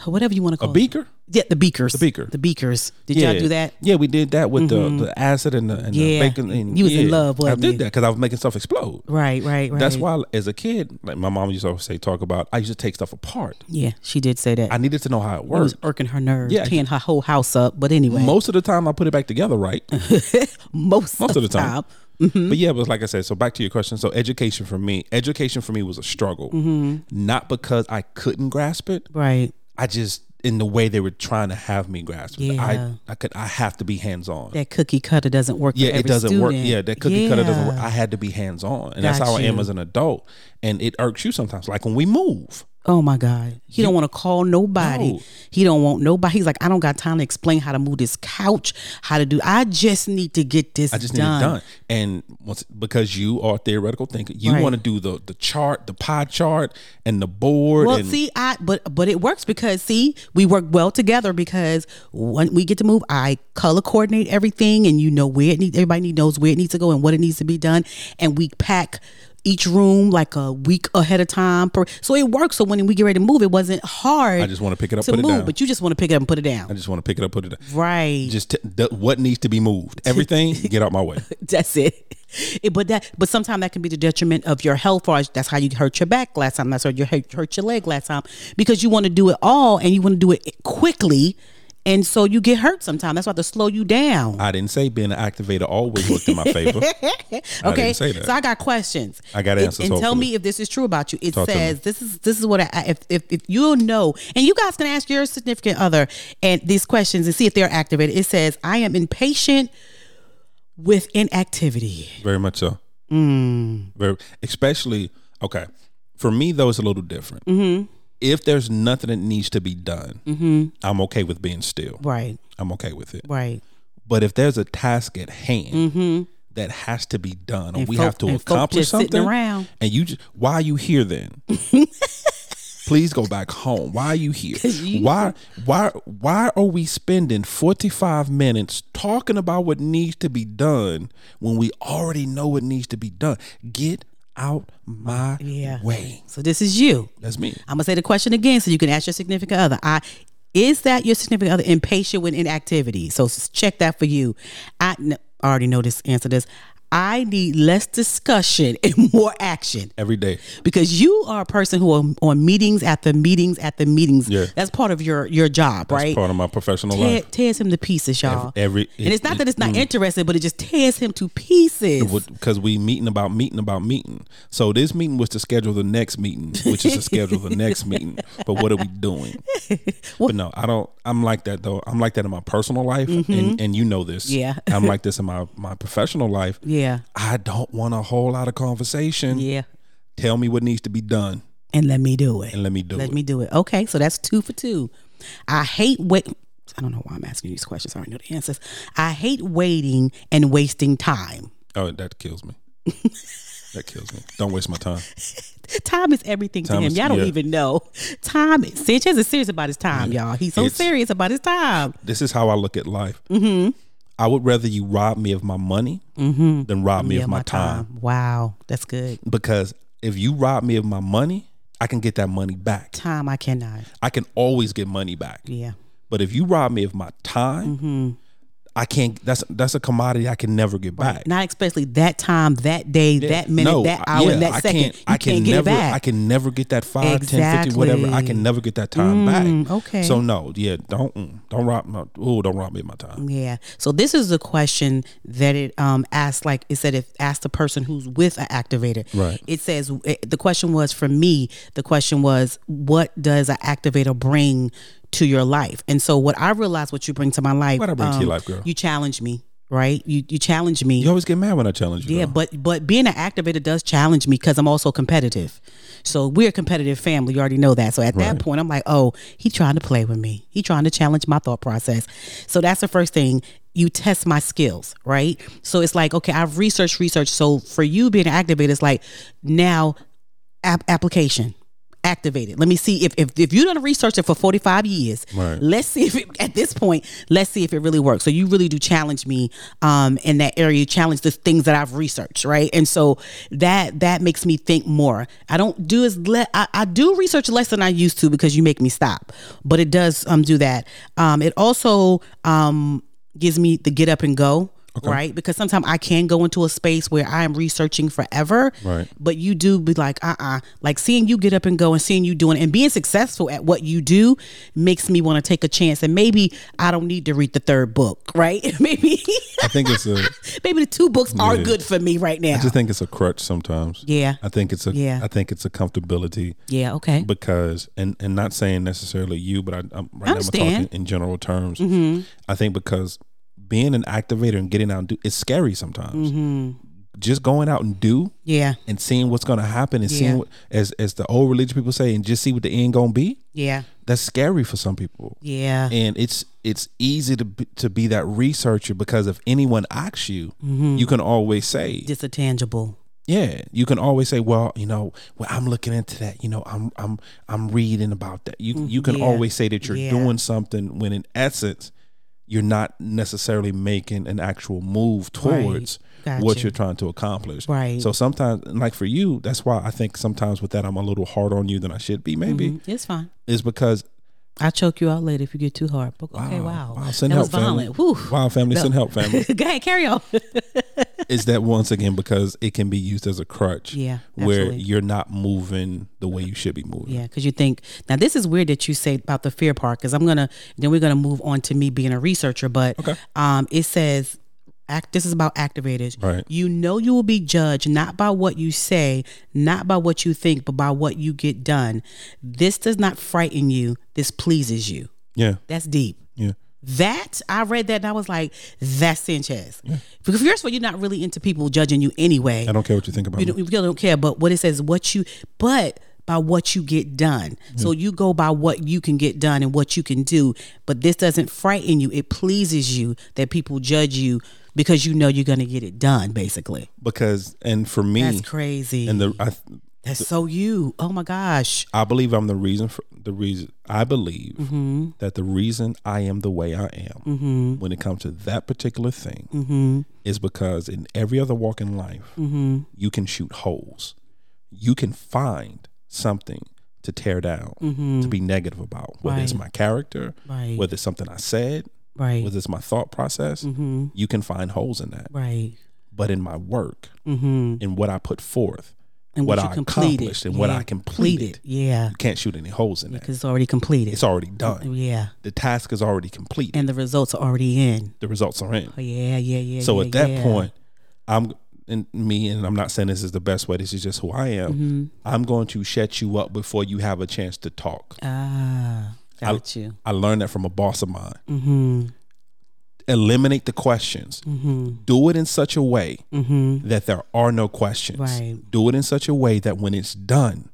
B: whatever you want to
A: a
B: call. it.
A: beaker.
B: Yeah, the beakers. The
A: beaker.
B: The beakers. Did y'all do that? Mm-hmm.
A: Yeah, we did that with the, the acid and the, and
B: Yeah.
A: the bacon. And,
B: You was in
A: yeah.
B: love,
A: I
B: wasn't
A: did
B: you?
A: that because I was making stuff explode.
B: Right, right, right.
A: That's why, as a kid, like my mom used to always say, talk about. I used to take stuff apart.
B: Yeah, she did say that.
A: I needed to know how it
B: it was
A: worked.
B: irking her nerves,
A: Yeah.
B: tearing her whole house up. But anyway, most,
A: Most of the time, I put it back together right.
B: of the time. Mm-hmm.
A: But yeah, but like I said, so back to your question. So education for me, education for me was a struggle,
B: Mm-hmm.
A: not because I couldn't grasp it.
B: Right.
A: I just in the way they were trying to have me grasp it.
B: Yeah.
A: I I could I have to be hands on.
B: That cookie cutter doesn't work.
A: Yeah,
B: for every
A: it doesn't work.
B: student.
A: Yeah, that cookie cutter doesn't work.
B: Yeah.
A: I had to be hands on, and that's
B: Got
A: how I am
B: you.
A: as an adult. And it irks you sometimes, like when we move.
B: Oh my God. He don't want to call nobody.
A: No.
B: He don't want nobody. He's like, I don't got time to explain how to move this couch, how to do. I just need to get this.
A: I just need it done. And once because you are a theoretical thinker, you
B: Right.
A: want to do the the chart, the pie chart, and the board.
B: Well,
A: and
B: see, I but but it works because see, we work well together because when we get to move, I color coordinate everything, and you know where it needs. Everybody need- knows where it needs to go and what it needs to be done, and we pack each room like a week ahead of time. Per, so it works. So when we get ready to move, it wasn't hard.
A: I just want to pick it up,
B: to
A: put
B: move,
A: it down.
B: but you just want to pick it up and put it down,
A: I just want to pick it up, put it down.
B: right?
A: Just t- the, what needs to be moved. Everything, get out my way.
B: That's it. It- but that, but sometimes that can be the detriment of your health. Or that's how you hurt your back last time. That's how you hurt, hurt your leg last time because you want to do it all and you want to do it quickly, and so you get hurt sometimes. That's why they slow you down.
A: I didn't say being an activator always worked in my favor.
B: okay,
A: didn't say that.
B: so I got questions.
A: I got
B: It-
A: answers,
B: and tell
A: hopefully.
B: me if this is true about you. It
A: Talk to me.
B: says this is this is what I if if, if you'll know, and you guys can ask your significant other and these questions and see if they're activated. It says I am impatient with inactivity.
A: Very much so. Very, especially okay. For me, though, it's a little different. If there's nothing that needs to be done, I'm okay with being still.
B: Right.
A: I'm okay with it.
B: Right.
A: But if there's a task at hand that has to be done, or we
B: folk-
A: have to
B: Mm-hmm. and folk
A: accomplish
B: just sitting
A: something,
B: around.
A: and you just why are you here then? Please go back home. Why are you here?
B: you-
A: why why why are we spending 45 minutes talking about what needs to be done when we already know what needs to be done? Get out my
B: Yeah.
A: way.
B: So this is you.
A: That's me.
B: I'm gonna say the question again so you can ask your significant other. I is that your significant other impatient with inactivity? So s- check that for you. I kn- I already know this answer to this. I need less discussion and more action
A: Every day.
B: because you are a person who are on meetings after meetings after meetings.
A: Yeah.
B: That's part of your your job, right?
A: Part of my professional
B: Tear,
A: life.
B: tears him to pieces, y'all.
A: Every- mm.
B: and it's not that it's not interested, but it just tears him to pieces.
A: because we meeting about meeting about meeting. So this meeting was to schedule the next meeting, which is to schedule the next meeting. But what are we doing? but no, I don't. I'm like that though. I'm like that in my personal life, and, and you know this.
B: Yeah.
A: I'm like this in my my professional life.
B: yeah,
A: I don't want a whole lot of conversation.
B: yeah.
A: Tell me what needs to be done,
B: And let me do it.
A: and let me do
B: Let
A: it.
B: me do it. Okay, so that's two for two. I hate wait. I don't know why I'm asking you these questions. I already know the answers. I hate waiting and wasting time.
A: oh, that kills me. that kills me. Don't waste my time.
B: Time is everything
A: Time
B: to him.
A: is-
B: y'all don't
A: yeah.
B: even know. Time. is- Sanchez is serious about his time, y'all. He's so
A: It's-
B: serious about his time.
A: This is how I look at life. I would rather you rob me of my money than Mm-hmm. rob me of my, time.
B: Wow, that's good.
A: because if you rob me of my money, I can get that money back.
B: Time I cannot.
A: I can always get money back.
B: Yeah. Mm-hmm.
A: But if you rob me of my time, I can't. That's that's a commodity I can never get back.
B: Not especially that time, that day, that minute, that hour,
A: yeah,
B: that
A: I
B: second.
A: Can't,
B: you
A: I can
B: can't get
A: never.
B: it back.
A: I can never get that five, ten, fifty, whatever. I
B: Exactly. Mm,
A: can never get that time back.
B: okay.
A: So no, yeah, don't mm, don't rob my. Oh, don't rob me of my time.
B: Yeah. So this is a question that it um asked like it said if asked the person who's with an activator.
A: Right.
B: It says it, the question was for me, the question was what does an activator bring to your life? And so what I realized what you bring to my life
A: What I bring to your life, girl?
B: You challenge me. right? You you challenge me.
A: You always get mad when I challenge you.
B: Yeah,
A: though.
B: but but being an activator does challenge me because I'm also competitive. So we're a competitive family. You already know that. So at that point, I'm like, oh, he trying to play with me. He trying to challenge my thought process. So that's the first thing. You test my skills, right? So it's like, okay, I've researched, researched. So for you being an activator, it's like now app- application activated. Let me see if if, if you done researched it for 45 years.
A: Right.
B: Let's see if it, at this point, let's see if it really works. So you really do challenge me um in that area, you challenge the things that I've researched, right? And so that that makes me think more. I don't do as le- I, I do research less than I used to because you make me stop. But it does um do that. Um it also um gives me the get up and go. Right, because sometimes I can go into a space where I am researching forever,
A: Right.
B: but you do be like uh-uh like seeing you get up and go and seeing you doing and being successful at what you do makes me want to take a chance and maybe i don't need to read the third book right maybe
A: I think it's a.
B: maybe the two books are
A: Yeah.
B: good for me right now
A: I just think it's a crutch sometimes.
B: Yeah.
A: I think it's a.
B: Yeah.
A: I think it's a comfortability
B: yeah okay
A: because and and not saying necessarily you, but I, I'm right now I'm
B: understand. Mm-hmm.
A: talking in general terms. I think because being an activator and getting out and do it's scary sometimes.
B: Mm-hmm.
A: Just going out and do
B: yeah
A: and seeing what's going to happen and
B: Yeah.
A: seeing what, as as the old religious people say and just see what the end going to be.
B: yeah
A: That's scary for some people.
B: yeah
A: and it's it's easy to be, to be that researcher because if anyone asks you,
B: Mm-hmm.
A: you can always say,
B: just a tangible
A: yeah, you can always say, well, you know, well, I'm looking into that. You know, I'm I'm I'm reading about that. You you can
B: yeah,
A: always say that you're
B: yeah.
A: doing something when in essence you're not necessarily making an actual move towards what
B: Gotcha.
A: you're trying to accomplish.
B: Right.
A: So sometimes, and like for you, that's why I think sometimes with that I'm a little hard on you than I should be. Maybe
B: Mm, it's fine
A: is because ah,
B: i'll choke you out later if you get too hard But- okay wow,
A: wow, send
B: that
A: help,
B: was violent
A: family.
B: Whew.
A: Wow, family, send help, family.
B: go ahead carry on
A: is that once again because it can be used as a crutch
B: Yeah,
A: where
B: absolutely.
A: you're not moving the way you should be moving
B: Yeah, because you think now this is weird that you say about the fear part because I'm gonna then we're gonna move on to me being a researcher, but
A: Okay.
B: um, it says act. This is about activators.
A: Right.
B: You know you will be judged not by what you say, not by what you think, but by what you get done. This does not frighten you. This pleases you.
A: yeah
B: That's deep.
A: yeah
B: That I read that and I was like, that's Sanchez. Because first of all, you're not really into people judging you anyway
A: i don't care what you think about
B: you
A: me.
B: don't, you really don't care. But what it says, what you, but by what you get done. So
A: Hmm.
B: you go by what you can get done and what you can do. But this doesn't frighten you. It pleases you that people judge you because you know you're going to get it done. Basically,
A: because and for me
B: that's crazy.
A: Hmm. and
B: And
A: the I,
B: that's so you. Oh my gosh.
A: I believe i'm the reason for the reason i believe
B: Mm-hmm.
A: that the reason i am the way i am when it comes to that particular thing
B: Mm-hmm.
A: is because in every other walk in life you can shoot holes you can find something to tear down to be negative about whether it's
B: Mm-hmm. Right.
A: my character
B: Right.
A: whether it's something i said
B: Right. Mm-hmm.
A: whether it's my thought process, you can find holes in that.
B: Right.
A: But in my work,
B: Mm-hmm.
A: in what I put forth,
B: And
A: what,
B: you
A: I
B: completed.
A: accomplished, and what
B: Yeah.
A: I completed,
B: Yeah.
A: you can't shoot any holes in that.
B: Because it's already completed. Oh,
A: It's already done.
B: yeah.
A: The task is already completed.
B: And the results are already in.
A: The results are in.
B: Oh, yeah. Yeah. Yeah.
A: So
B: yeah,
A: at that
B: yeah.
A: point, I'm and me, and I'm not saying this is the best way. This is just who I am.
B: Mm-hmm.
A: I'm going to shut you up before you have a chance to talk.
B: ah, got you.
A: I learned that from a boss of mine.
B: Mm-hmm.
A: Eliminate the questions. Do it in such a way that there are no questions.
B: Mm-hmm. Right.
A: Do it in such a way that when it's done,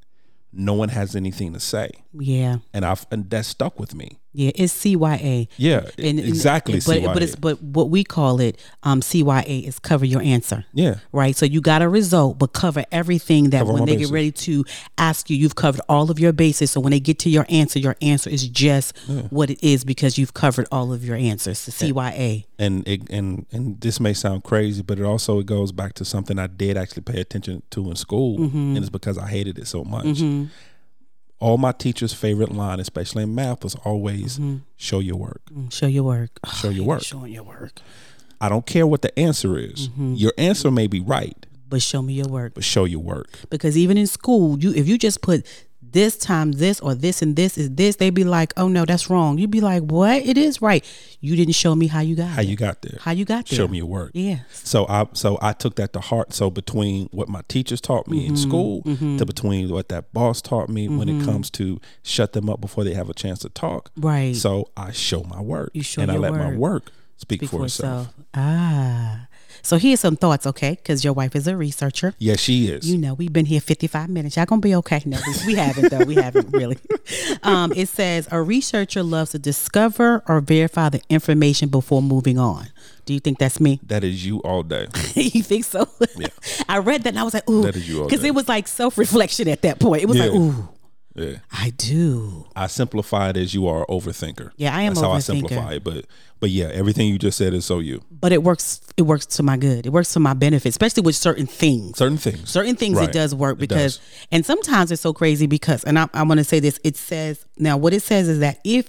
A: no one has anything to say.
B: Yeah.
A: And I've and that stuck with me.
B: Yeah, it's CYA.
A: Yeah, E- exactly.
B: But,
A: CYA.
B: but it's but what we call it um, CYA is cover your answer.
A: yeah,
B: Right. So you got a result, but cover everything that
A: Cover
B: when
A: my
B: they
A: bases.
B: get ready to ask you, you've covered all of your bases. So when they get to your answer, your answer is just what it is because you've covered all of your answers. The CYA.
A: and it and and this may sound crazy, but it also it goes back to something I did actually pay attention to in school,
B: Mm-hmm.
A: and it's because I hated it so much. All my teachers' favorite line, especially in math, was always
B: Mm-hmm.
A: "show your work."
B: mm, Show your work.
A: Show your work.
B: Showing your work.
A: I don't care what the answer is.
B: Mm-hmm.
A: Your answer may be right,
B: But show me your work.
A: but show your work.
B: Because even in school, you if you just put this time this or this and this is this, they'd be like, Oh no, that's wrong. You'd be like, What? It is right. You didn't show me how you got
A: How
B: it.
A: you got there?
B: how you got there.
A: show me your work.
B: Yeah.
A: So I so I took that to heart. So between what my teachers taught me
B: Mm-hmm.
A: in school to between what that boss taught me when it comes to shut them up before they have a chance to talk.
B: Right.
A: So I show my work.
B: You show
A: and I
B: your
A: let my
B: work.
A: work speak, for itself.
B: Ah. So here's some thoughts, okay? Because your wife is a researcher.
A: Yeah, she is.
B: You know, we've been here 55 minutes. Y'all gonna be okay. No, we- we haven't though. We haven't really. Um, it says a researcher loves to discover or verify the information before moving on. Do you think that's me?
A: that is you all day.
B: you think so? I read that and I was like, ooh,
A: That is you all
B: because
A: day.
B: it was like self reflection at that point. It was like,
A: Yeah.
B: ooh,
A: Yeah.
B: I do.
A: I simplify it as you are a overthinker.
B: Yeah, I am
A: That's how I
B: overthinker.
A: simplify it. But but yeah, everything you just said is so you.
B: But it works. It works to my good. It works to my benefit, especially with certain things.
A: Certain things.
B: certain things
A: Right.
B: it does work
A: It does.
B: because and sometimes it's so crazy because and i, I want to say this it says now what it says is that if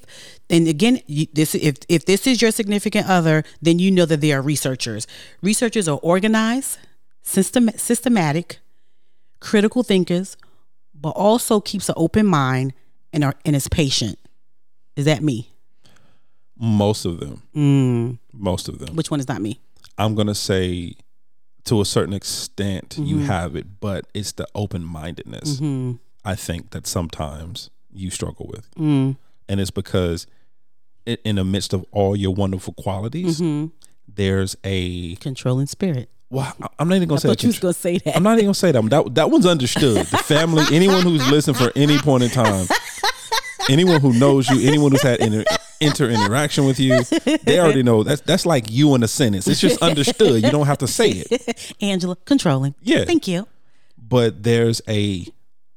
B: and again you, this if if this is your significant other then you know that they are researchers researchers are organized system, systematic critical thinkers but also keeps an open mind and are and is patient is that me
A: Most of them.
B: Mm.
A: Most of them.
B: which one is not me
A: I'm gonna say to a certain extent you
B: Mm-hmm.
A: have it, but it's the open mindedness I think that sometimes you struggle with.
B: Mm.
A: And it's because i in the midst of all your wonderful qualities,
B: Mm-hmm.
A: there's a
B: controlling spirit
A: well, I- I'm not even gonna say a
B: but you was
A: contr-
B: gonna say that
A: I'm not even gonna say that. That that one's understood. The family, anyone who's listened for any point in time, anyone who knows you, anyone who's had inter, inter interaction with you, they already know. That's that's like you in a sentence. It's just understood. You don't have to say it.
B: angela controlling
A: Yeah.
B: thank you
A: But there's a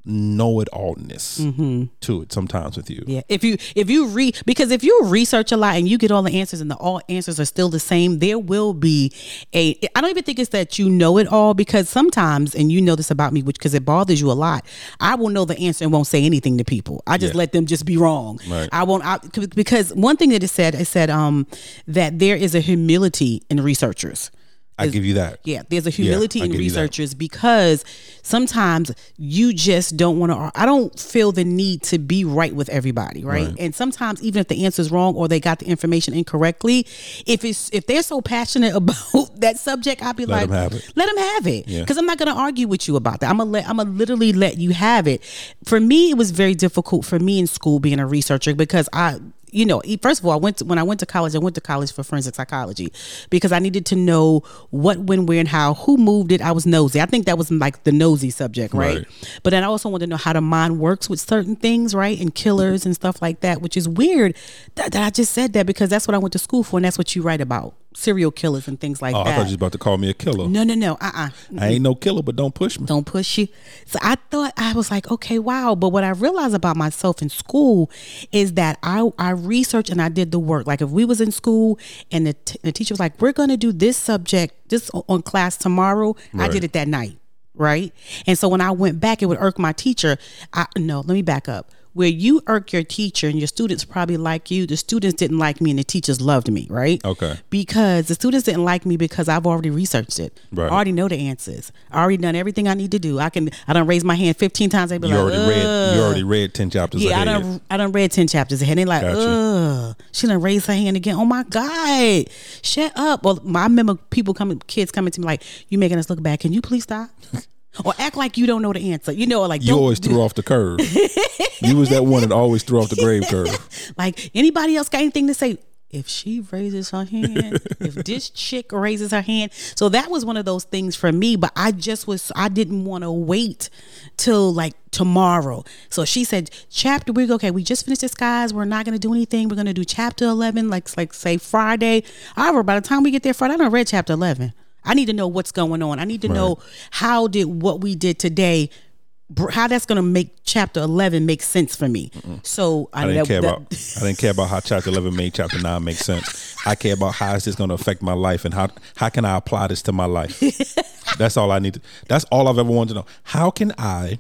A: know it allness to it sometimes with you.
B: Mm-hmm. Yeah. If you if you re because if you research a lot and you get all the answers and the all answers are still the same, there will be a I don't even think it's that you know it all because sometimes and you know this about me which cuz it bothers you a lot. I will know the answer and won't say anything to people. I just
A: Yeah.
B: let them just be wrong.
A: Right.
B: I won't I, because one thing that it said it said um that there is a humility in researchers.
A: I give you that.
B: Yeah, there's a humility
A: I
B: in
A: give you that.
B: researchers because sometimes you just don't want to. I don't feel the need to be right with everybody, right? And sometimes even if the answer's wrong or they got the information incorrectly, if it's if they're so passionate about that subject, I'd be
A: Let
B: like,
A: 'em have it.
B: let them have it
A: Yeah.
B: because i'm not going to argue with you about that i'm going to let i'm going to literally let you have it for me it was very difficult for me in school being a researcher because i you know e- first of all i went to, when i went to college i went to college for forensic psychology because i needed to know what when where and how who moved it i was nosy i think that was like the nosy subject right,
A: Right.
B: but then i also wanted to know how the mind works with certain things right and killers and stuff like that which is weird that, that i just said that because that's what i went to school for and that's what you write about serial killers and things like
A: Oh, I
B: that
A: thought you was about to call me a killer.
B: no no no uh-uh
A: I ain't no killer, but don't push me.
B: don't push you. So I thought I was like, okay, wow. But what I realized about myself in school is that I I researched and I did the work. Like if we was in school and the, t- the teacher was like, we're gonna do this subject this o- on class tomorrow, I did it that night, right? And so when I went back, it would irk my teacher. I no, let me back up. Where you irk your teacher and your students probably like you, the students didn't like me and the teachers loved me, right?
A: Okay.
B: Because the students didn't like me because I've already researched it.
A: Right.
B: I already know the answers. I already done everything I need to do. I can I done raise my hand fifteen times. They be
A: You
B: like,
A: already read. You
B: "Ugh."
A: already read ten chapters
B: yeah, I
A: ahead.
B: done I done read ten chapters ahead. They like,
A: Gotcha.
B: ugh, she done raised her hand again. Oh my god, shut up. Well, my, I remember people coming, kids coming to me like, you making us look bad. Can you please stop? or act like you don't know the answer. You know, or like
A: you
B: don't-
A: always threw off the curve. you was that one that always threw off the grave curve.
B: Like anybody else got anything to say? If she raises her hand, if this chick raises her hand, so that was one of those things for me. But I just was I didn't want to wait till like tomorrow. So she said, chapter we go okay. We just finished this, guys. We're not gonna do anything. We're gonna do chapter eleven, like like say Friday. However, by the time we get there Friday, I don't read chapter eleven. I need to know what's going on. I need to know how did what we did today. br- How that's gonna make chapter eleven make sense for me? So
A: I didn't
B: that-
A: care
B: that-
A: about. I didn't care about how chapter eleven made chapter nine make sense. I care about how is this going to affect my life and how how can I apply this to my life. That's all I need. To, that's all I've ever wanted to know. How can I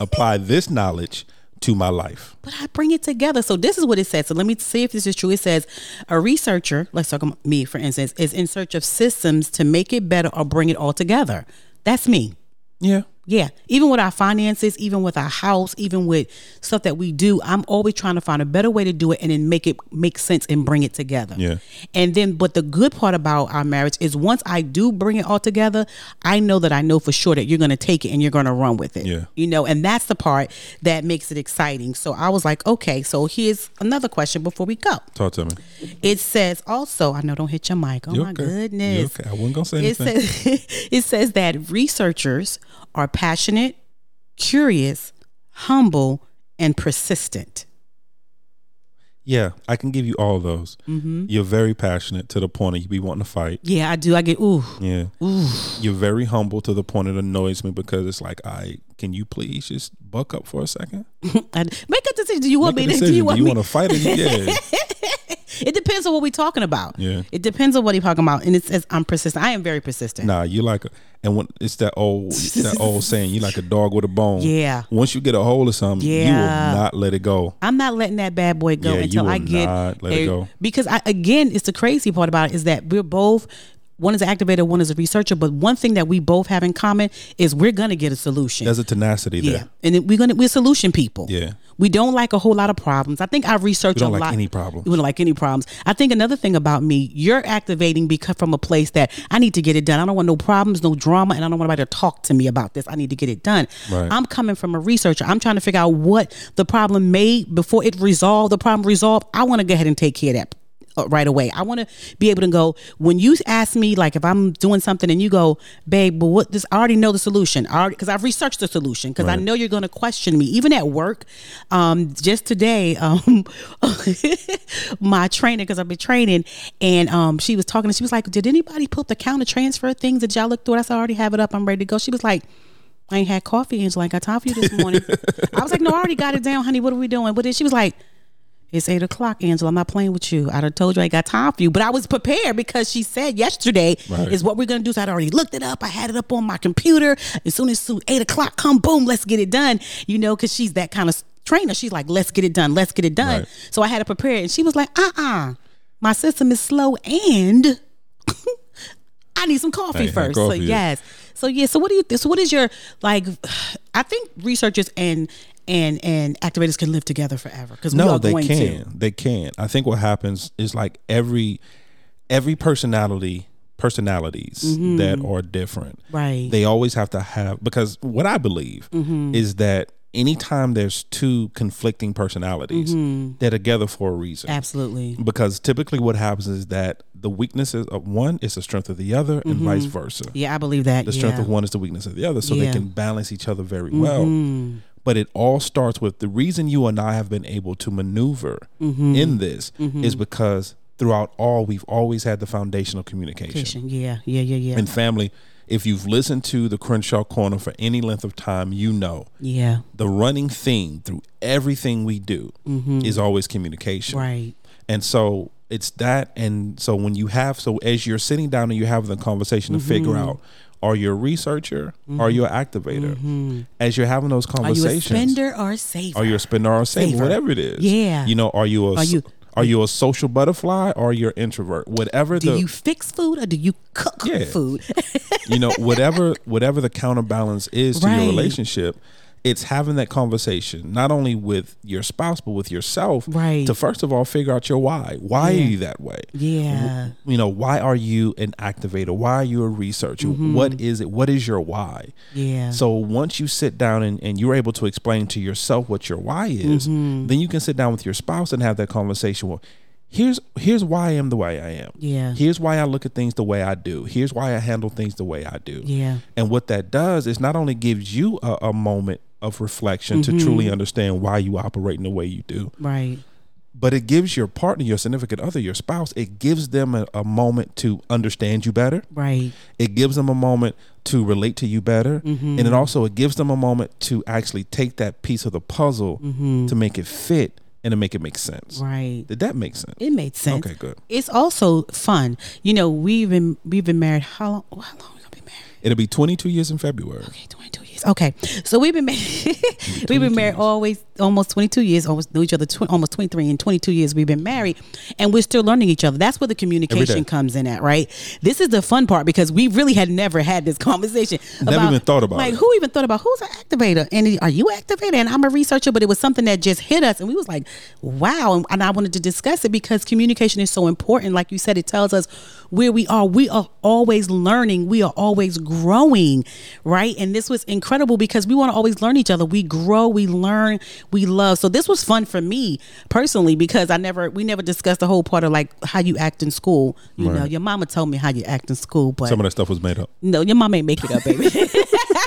A: apply this knowledge to my life?
B: but I bring it together. So this is what it says. So let me see if this is true. It says a researcher, let's talk about me for instance, is in search of systems to make it better or bring it all together. That's me.
A: Yeah,
B: Yeah, even with our finances, even with our house, even with stuff that we do, I'm always trying to find a better way to do it and then make it make sense and bring it together.
A: Yeah.
B: And then but the good part about our marriage is once I do bring it all together, I know that I know for sure that you're going to take it and you're going to run with it.
A: Yeah.
B: You know, and that's the part that makes it exciting. So I was like, okay, so here's another question before we go.
A: Talk to me.
B: It says also, I know don't hit your mic. Oh
A: You
B: my
A: okay? You
B: goodness.
A: okay? I wasn't gonna say
B: It
A: anything.
B: says it says that researchers are passionate, curious, humble, and persistent.
A: yeah, I can give you all those.
B: Mm-hmm.
A: You're very passionate to the point of you be wanting to fight.
B: Yeah, I do. I get ooh.
A: Yeah. You're very humble to the point it annoys me because it's like, I can you please just buck up for a second?
B: I, make a decision. Do you want
A: Make a
B: me? To,
A: decision.
B: do you want me?
A: to fight it? Yeah.
B: it depends on what we're talking about.
A: Yeah.
B: It depends on what you're talking about, and it says I'm persistent. I am very persistent.
A: nah, you like a and when it's that old that old saying, you like a dog with a bone.
B: Yeah.
A: Once you get a hold of something, you
B: Yeah.
A: will not let it go.
B: I'm not letting that bad boy go
A: Yeah, you
B: until I
A: will
B: get
A: not let it
B: a-
A: go.
B: because I again it's the crazy part about it is that we're both one is an activator, one is a researcher, but one thing that we both have in common is we're gonna get a solution.
A: There's a tenacity
B: yeah.
A: there.
B: And then we're gonna we're solution people.
A: Yeah.
B: We don't like a whole lot of problems. I think I research
A: We don't
B: a
A: like
B: lot.
A: any problems.
B: We don't like any problems. I think another thing about me, you're activating because from a place that I need to get it done. I don't want no problems, no drama, and I don't want anybody to talk to me about this. I need to get it done.
A: Right.
B: I'm coming from a researcher. I'm trying to figure out what the problem made before it resolved. The problem resolved. I want to go ahead and take care of that. uh, Right away, I want to be able to go. When you ask me, like if I'm doing something, and you go, "Babe, but what this?" I already know the solution. I already because I've researched the solution because I
A: Right.
B: know you're going to question me, even at work. Um, just today, um, my trainer, because I've been training, and um, she was talking, and she was like, "Did anybody put up the counter transfer things? Did y'all look through it?" I said, "I already have it up. I'm ready to go." She was like. I ain't had coffee and she's like, I got time for you this morning. I was like, No, I already got it down, honey. What are we doing? But then she was like, It's eight o'clock, Angela. I'm not playing with you. I done told you I ain't got time for you. But I was prepared because she said yesterday
A: Right.
B: is what we're gonna do. So I'd already looked it up. I had it up on my computer. As soon as soon eight o'clock come, boom, let's get it done. You know, cause she's that kind of trainer. She's like, Let's get it done, let's get it done.
A: Right.
B: So I had to prepare it. And she was like, uh uh my system is slow and I need some coffee
A: ain't had
B: first. so
A: coffee yet.
B: yes. So yeah. So what do you? Th- so what is your like? I think researchers and and and activators can live together forever because we
A: No,
B: are
A: they
B: going
A: can.
B: to.
A: They can. I think what happens is like every every personality personalities that are different.
B: Mm-hmm. Right. Mm-hmm.
A: They always have to have because what I believe is that anytime there's two conflicting personalities,
B: Mm-hmm.
A: they're together for a reason.
B: Absolutely.
A: Because typically what happens is that the weaknesses of one is the strength of the other and vice versa.
B: Yeah, I believe that.
A: The strength
B: Mm-hmm. yeah.
A: of one is the weakness of the other. So
B: Yeah. Mm-hmm.
A: they can balance each other very well. But it all starts with the reason you and I have been able to maneuver
B: Mm-hmm.
A: in this is because throughout all, we've always had the foundation of communication.
B: Yeah, yeah, yeah, yeah.
A: And family, if you've listened to the Crenshaw Corner for any length of time, you know
B: yeah.
A: the running theme through everything we do
B: Mm-hmm.
A: is always communication.
B: Right.
A: And so it's that. And so when you have, so as you're sitting down and you're having the conversation to figure
B: Mm-hmm.
A: out, are you a researcher? Are you an activator? As you're having those
B: Mm-hmm. Are you a
A: conversations,
B: spender or a saver?
A: are you a spinner or a saver,
B: Saver.
A: whatever it is?
B: Yeah.
A: You know, are you a, are
B: you-
A: you, a social butterfly or you're an introvert? Whatever
B: do
A: the,
B: you fix food or do you cook
A: Yeah.
B: food?
A: you know, whatever, whatever the counterbalance is to
B: Right.
A: your relationship, it's having that conversation, not only with your spouse, but with yourself
B: Right.
A: to first of all, figure out your why. Why
B: Yeah.
A: are you that way?
B: yeah.
A: you know why are you an activator why are you a researcher What is it what is your why
B: Mm-hmm. Yeah.
A: so once you sit down and, and you're able to explain to yourself what your why is
B: Mm-hmm.
A: then you can sit down with your spouse and have that conversation well here's here's why i am the way i am
B: Yeah.
A: here's why i look at things the way i do here's why i handle things the way i do
B: Yeah.
A: and what that does is not only gives you a, a moment of reflection to
B: Mm-hmm.
A: truly understand why you operate in the way you do
B: Right.
A: but it gives your partner, your significant other, your spouse, it gives them a, a moment to understand you better.
B: Right.
A: It gives them a moment to relate to you better,
B: Mm-hmm.
A: and it also it gives them a moment to actually take that piece of the puzzle to make it fit and to make it make sense.
B: Mm-hmm. Right.
A: Did that make sense?
B: It made sense.
A: Okay, good.
B: It's also fun. You know, we've been we've been married. How long? How long we gonna be married?
A: It'll be 22 years in February.
B: Okay, 22 years. yes. Okay. So we've been married. we've been married always almost 22 years. Almost know each other tw- almost 23 and 22 years. We've been married, and we're still learning each other. That's where the communication comes in at, right? This is the fun part because we really had never had this conversation.
A: Never even thought about
B: like
A: it.
B: who even thought about who's an activator and are you activator? And I'm a researcher, but it was something that just hit us, and we was like, wow. And, and I wanted to discuss it because communication is so important. Like you said, it tells us where we are. We are always learning. We are always growing, right? And this was incredible because we want to always learn each other. We grow, we learn, we love. So this was fun for me personally because I never we never discussed the whole part of like how you act in school. You know, your mama told me how you act in school, but
A: Some of that stuff was made up.
B: no, your mom ain't make it up, baby.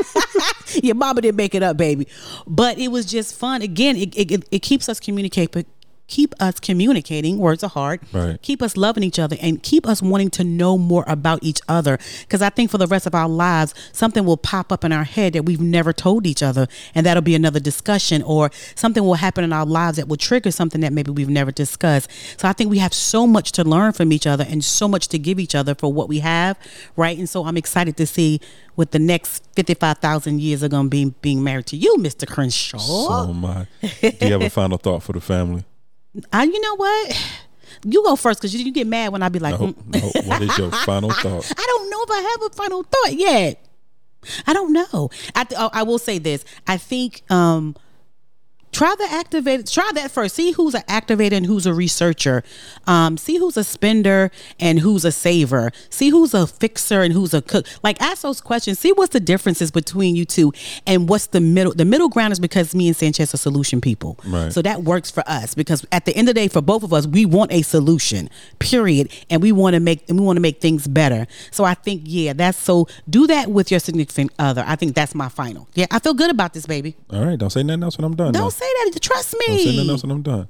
B: your mama didn't make it up, baby. But it was just fun. Again, it it, it- it keeps us communicate, but keep us communicating. Words are hard.
A: Right.
B: Keep us loving each other and keep us wanting to know more about each other. Because I think for the rest of our lives, something will pop up in our head that we've never told each other, and that'll be another discussion, or something will happen in our lives that will trigger something that maybe we've never discussed. So I think we have so much to learn from each other and so much to give each other for what we have, right? And so I'm excited to see what the next fifty-five thousand years are going to be being married to you, Mister Crenshaw.
A: Oh my! Do you have a final thought for the family?
B: I, you know what? You go first because you, you get mad when I be like,
A: Oh,
B: "Mm,
A: no. What is your final thought?
B: I don't know if I have a final thought yet. I don't know. I th- oh, I will say this. I think um try the activate try that first see who's an activator and who's a researcher um, see who's a spender and who's a saver see who's a fixer and who's a cook like ask those questions see what's the differences between you two and what's the middle the middle ground is because me and sanchez are solution people
A: Right.
B: so that works for us because at the end of the day for both of us we want a solution period and we want to make and we want to make things better so i think yeah that's so do that with your significant other i think that's my final yeah i feel good about this baby
A: All right, don't say nothing else when I'm done.
B: don't
A: now.
B: say that. Trust me.
A: Don't say nothing else when I'm done.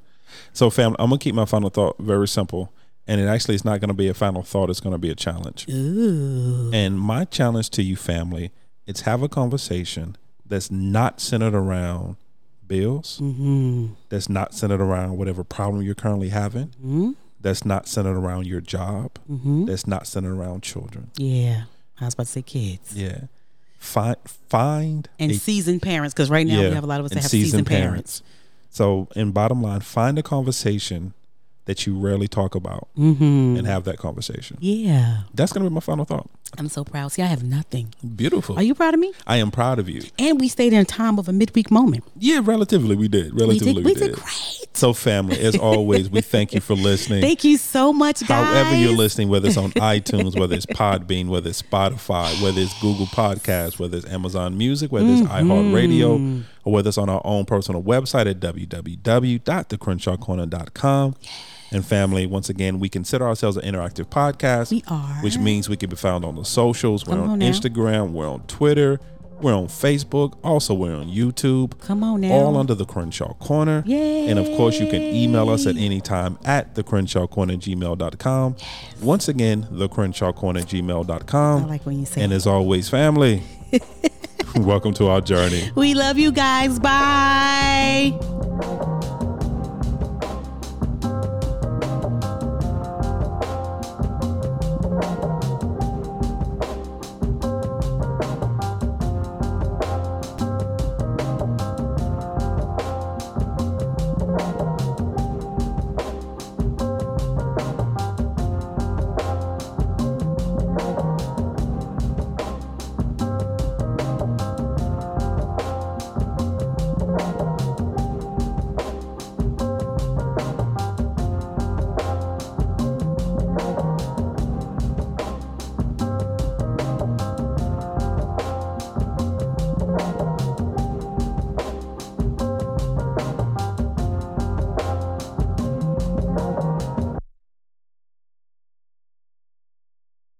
A: So, family, I'm gonna keep my final thought very simple, and it actually is not gonna be a final thought. It's gonna be a challenge. And my challenge to you, family, is have a conversation that's not centered around bills, that's not centered around whatever problem you're currently having, that's not centered around your job, that's not centered around children.
B: Yeah. I was about to say kids
A: Yeah, find find
B: and
A: a
B: seasoned parents because right now we have a lot of us that
A: and
B: have seasoned, parents.
A: So, in bottom line, find a conversation that you rarely talk about
B: Mm-hmm.
A: and have that conversation.
B: Yeah.
A: That's going to be my final thought.
B: I'm so proud. See, I have nothing.
A: Beautiful.
B: Are you proud of me?
A: I am proud of you.
B: And we stayed in a time of a midweek moment.
A: Yeah, relatively, we did.
B: We
A: Relatively,
B: did,
A: we did.
B: we did great.
A: So, family, as always, we thank you for listening.
B: Thank you so much, guys.
A: However, you're listening, whether it's on iTunes, whether it's Podbean, whether it's Spotify, whether it's Google Podcasts, whether it's Amazon Music, whether it's
B: Mm-hmm.
A: iHeartRadio, or whether it's on our own personal website at www.thecrenshawcorner.com. And family, once again, we consider ourselves an interactive podcast.
B: We are.
A: Which means we can be found on the socials. We're
B: Come
A: on,
B: on now.
A: Instagram, we're on Twitter, we're on Facebook, also we're on YouTube.
B: Come on now.
A: All under the Crenshaw Corner.
B: Yay.
A: And of course, you can email us at any time at the Crenshaw Corner gmail.com. Once again, the Crenshaw Corner gmail.com.
B: I like when you say
A: And
B: that.
A: as always, family, welcome to our journey.
B: we love you guys. Bye.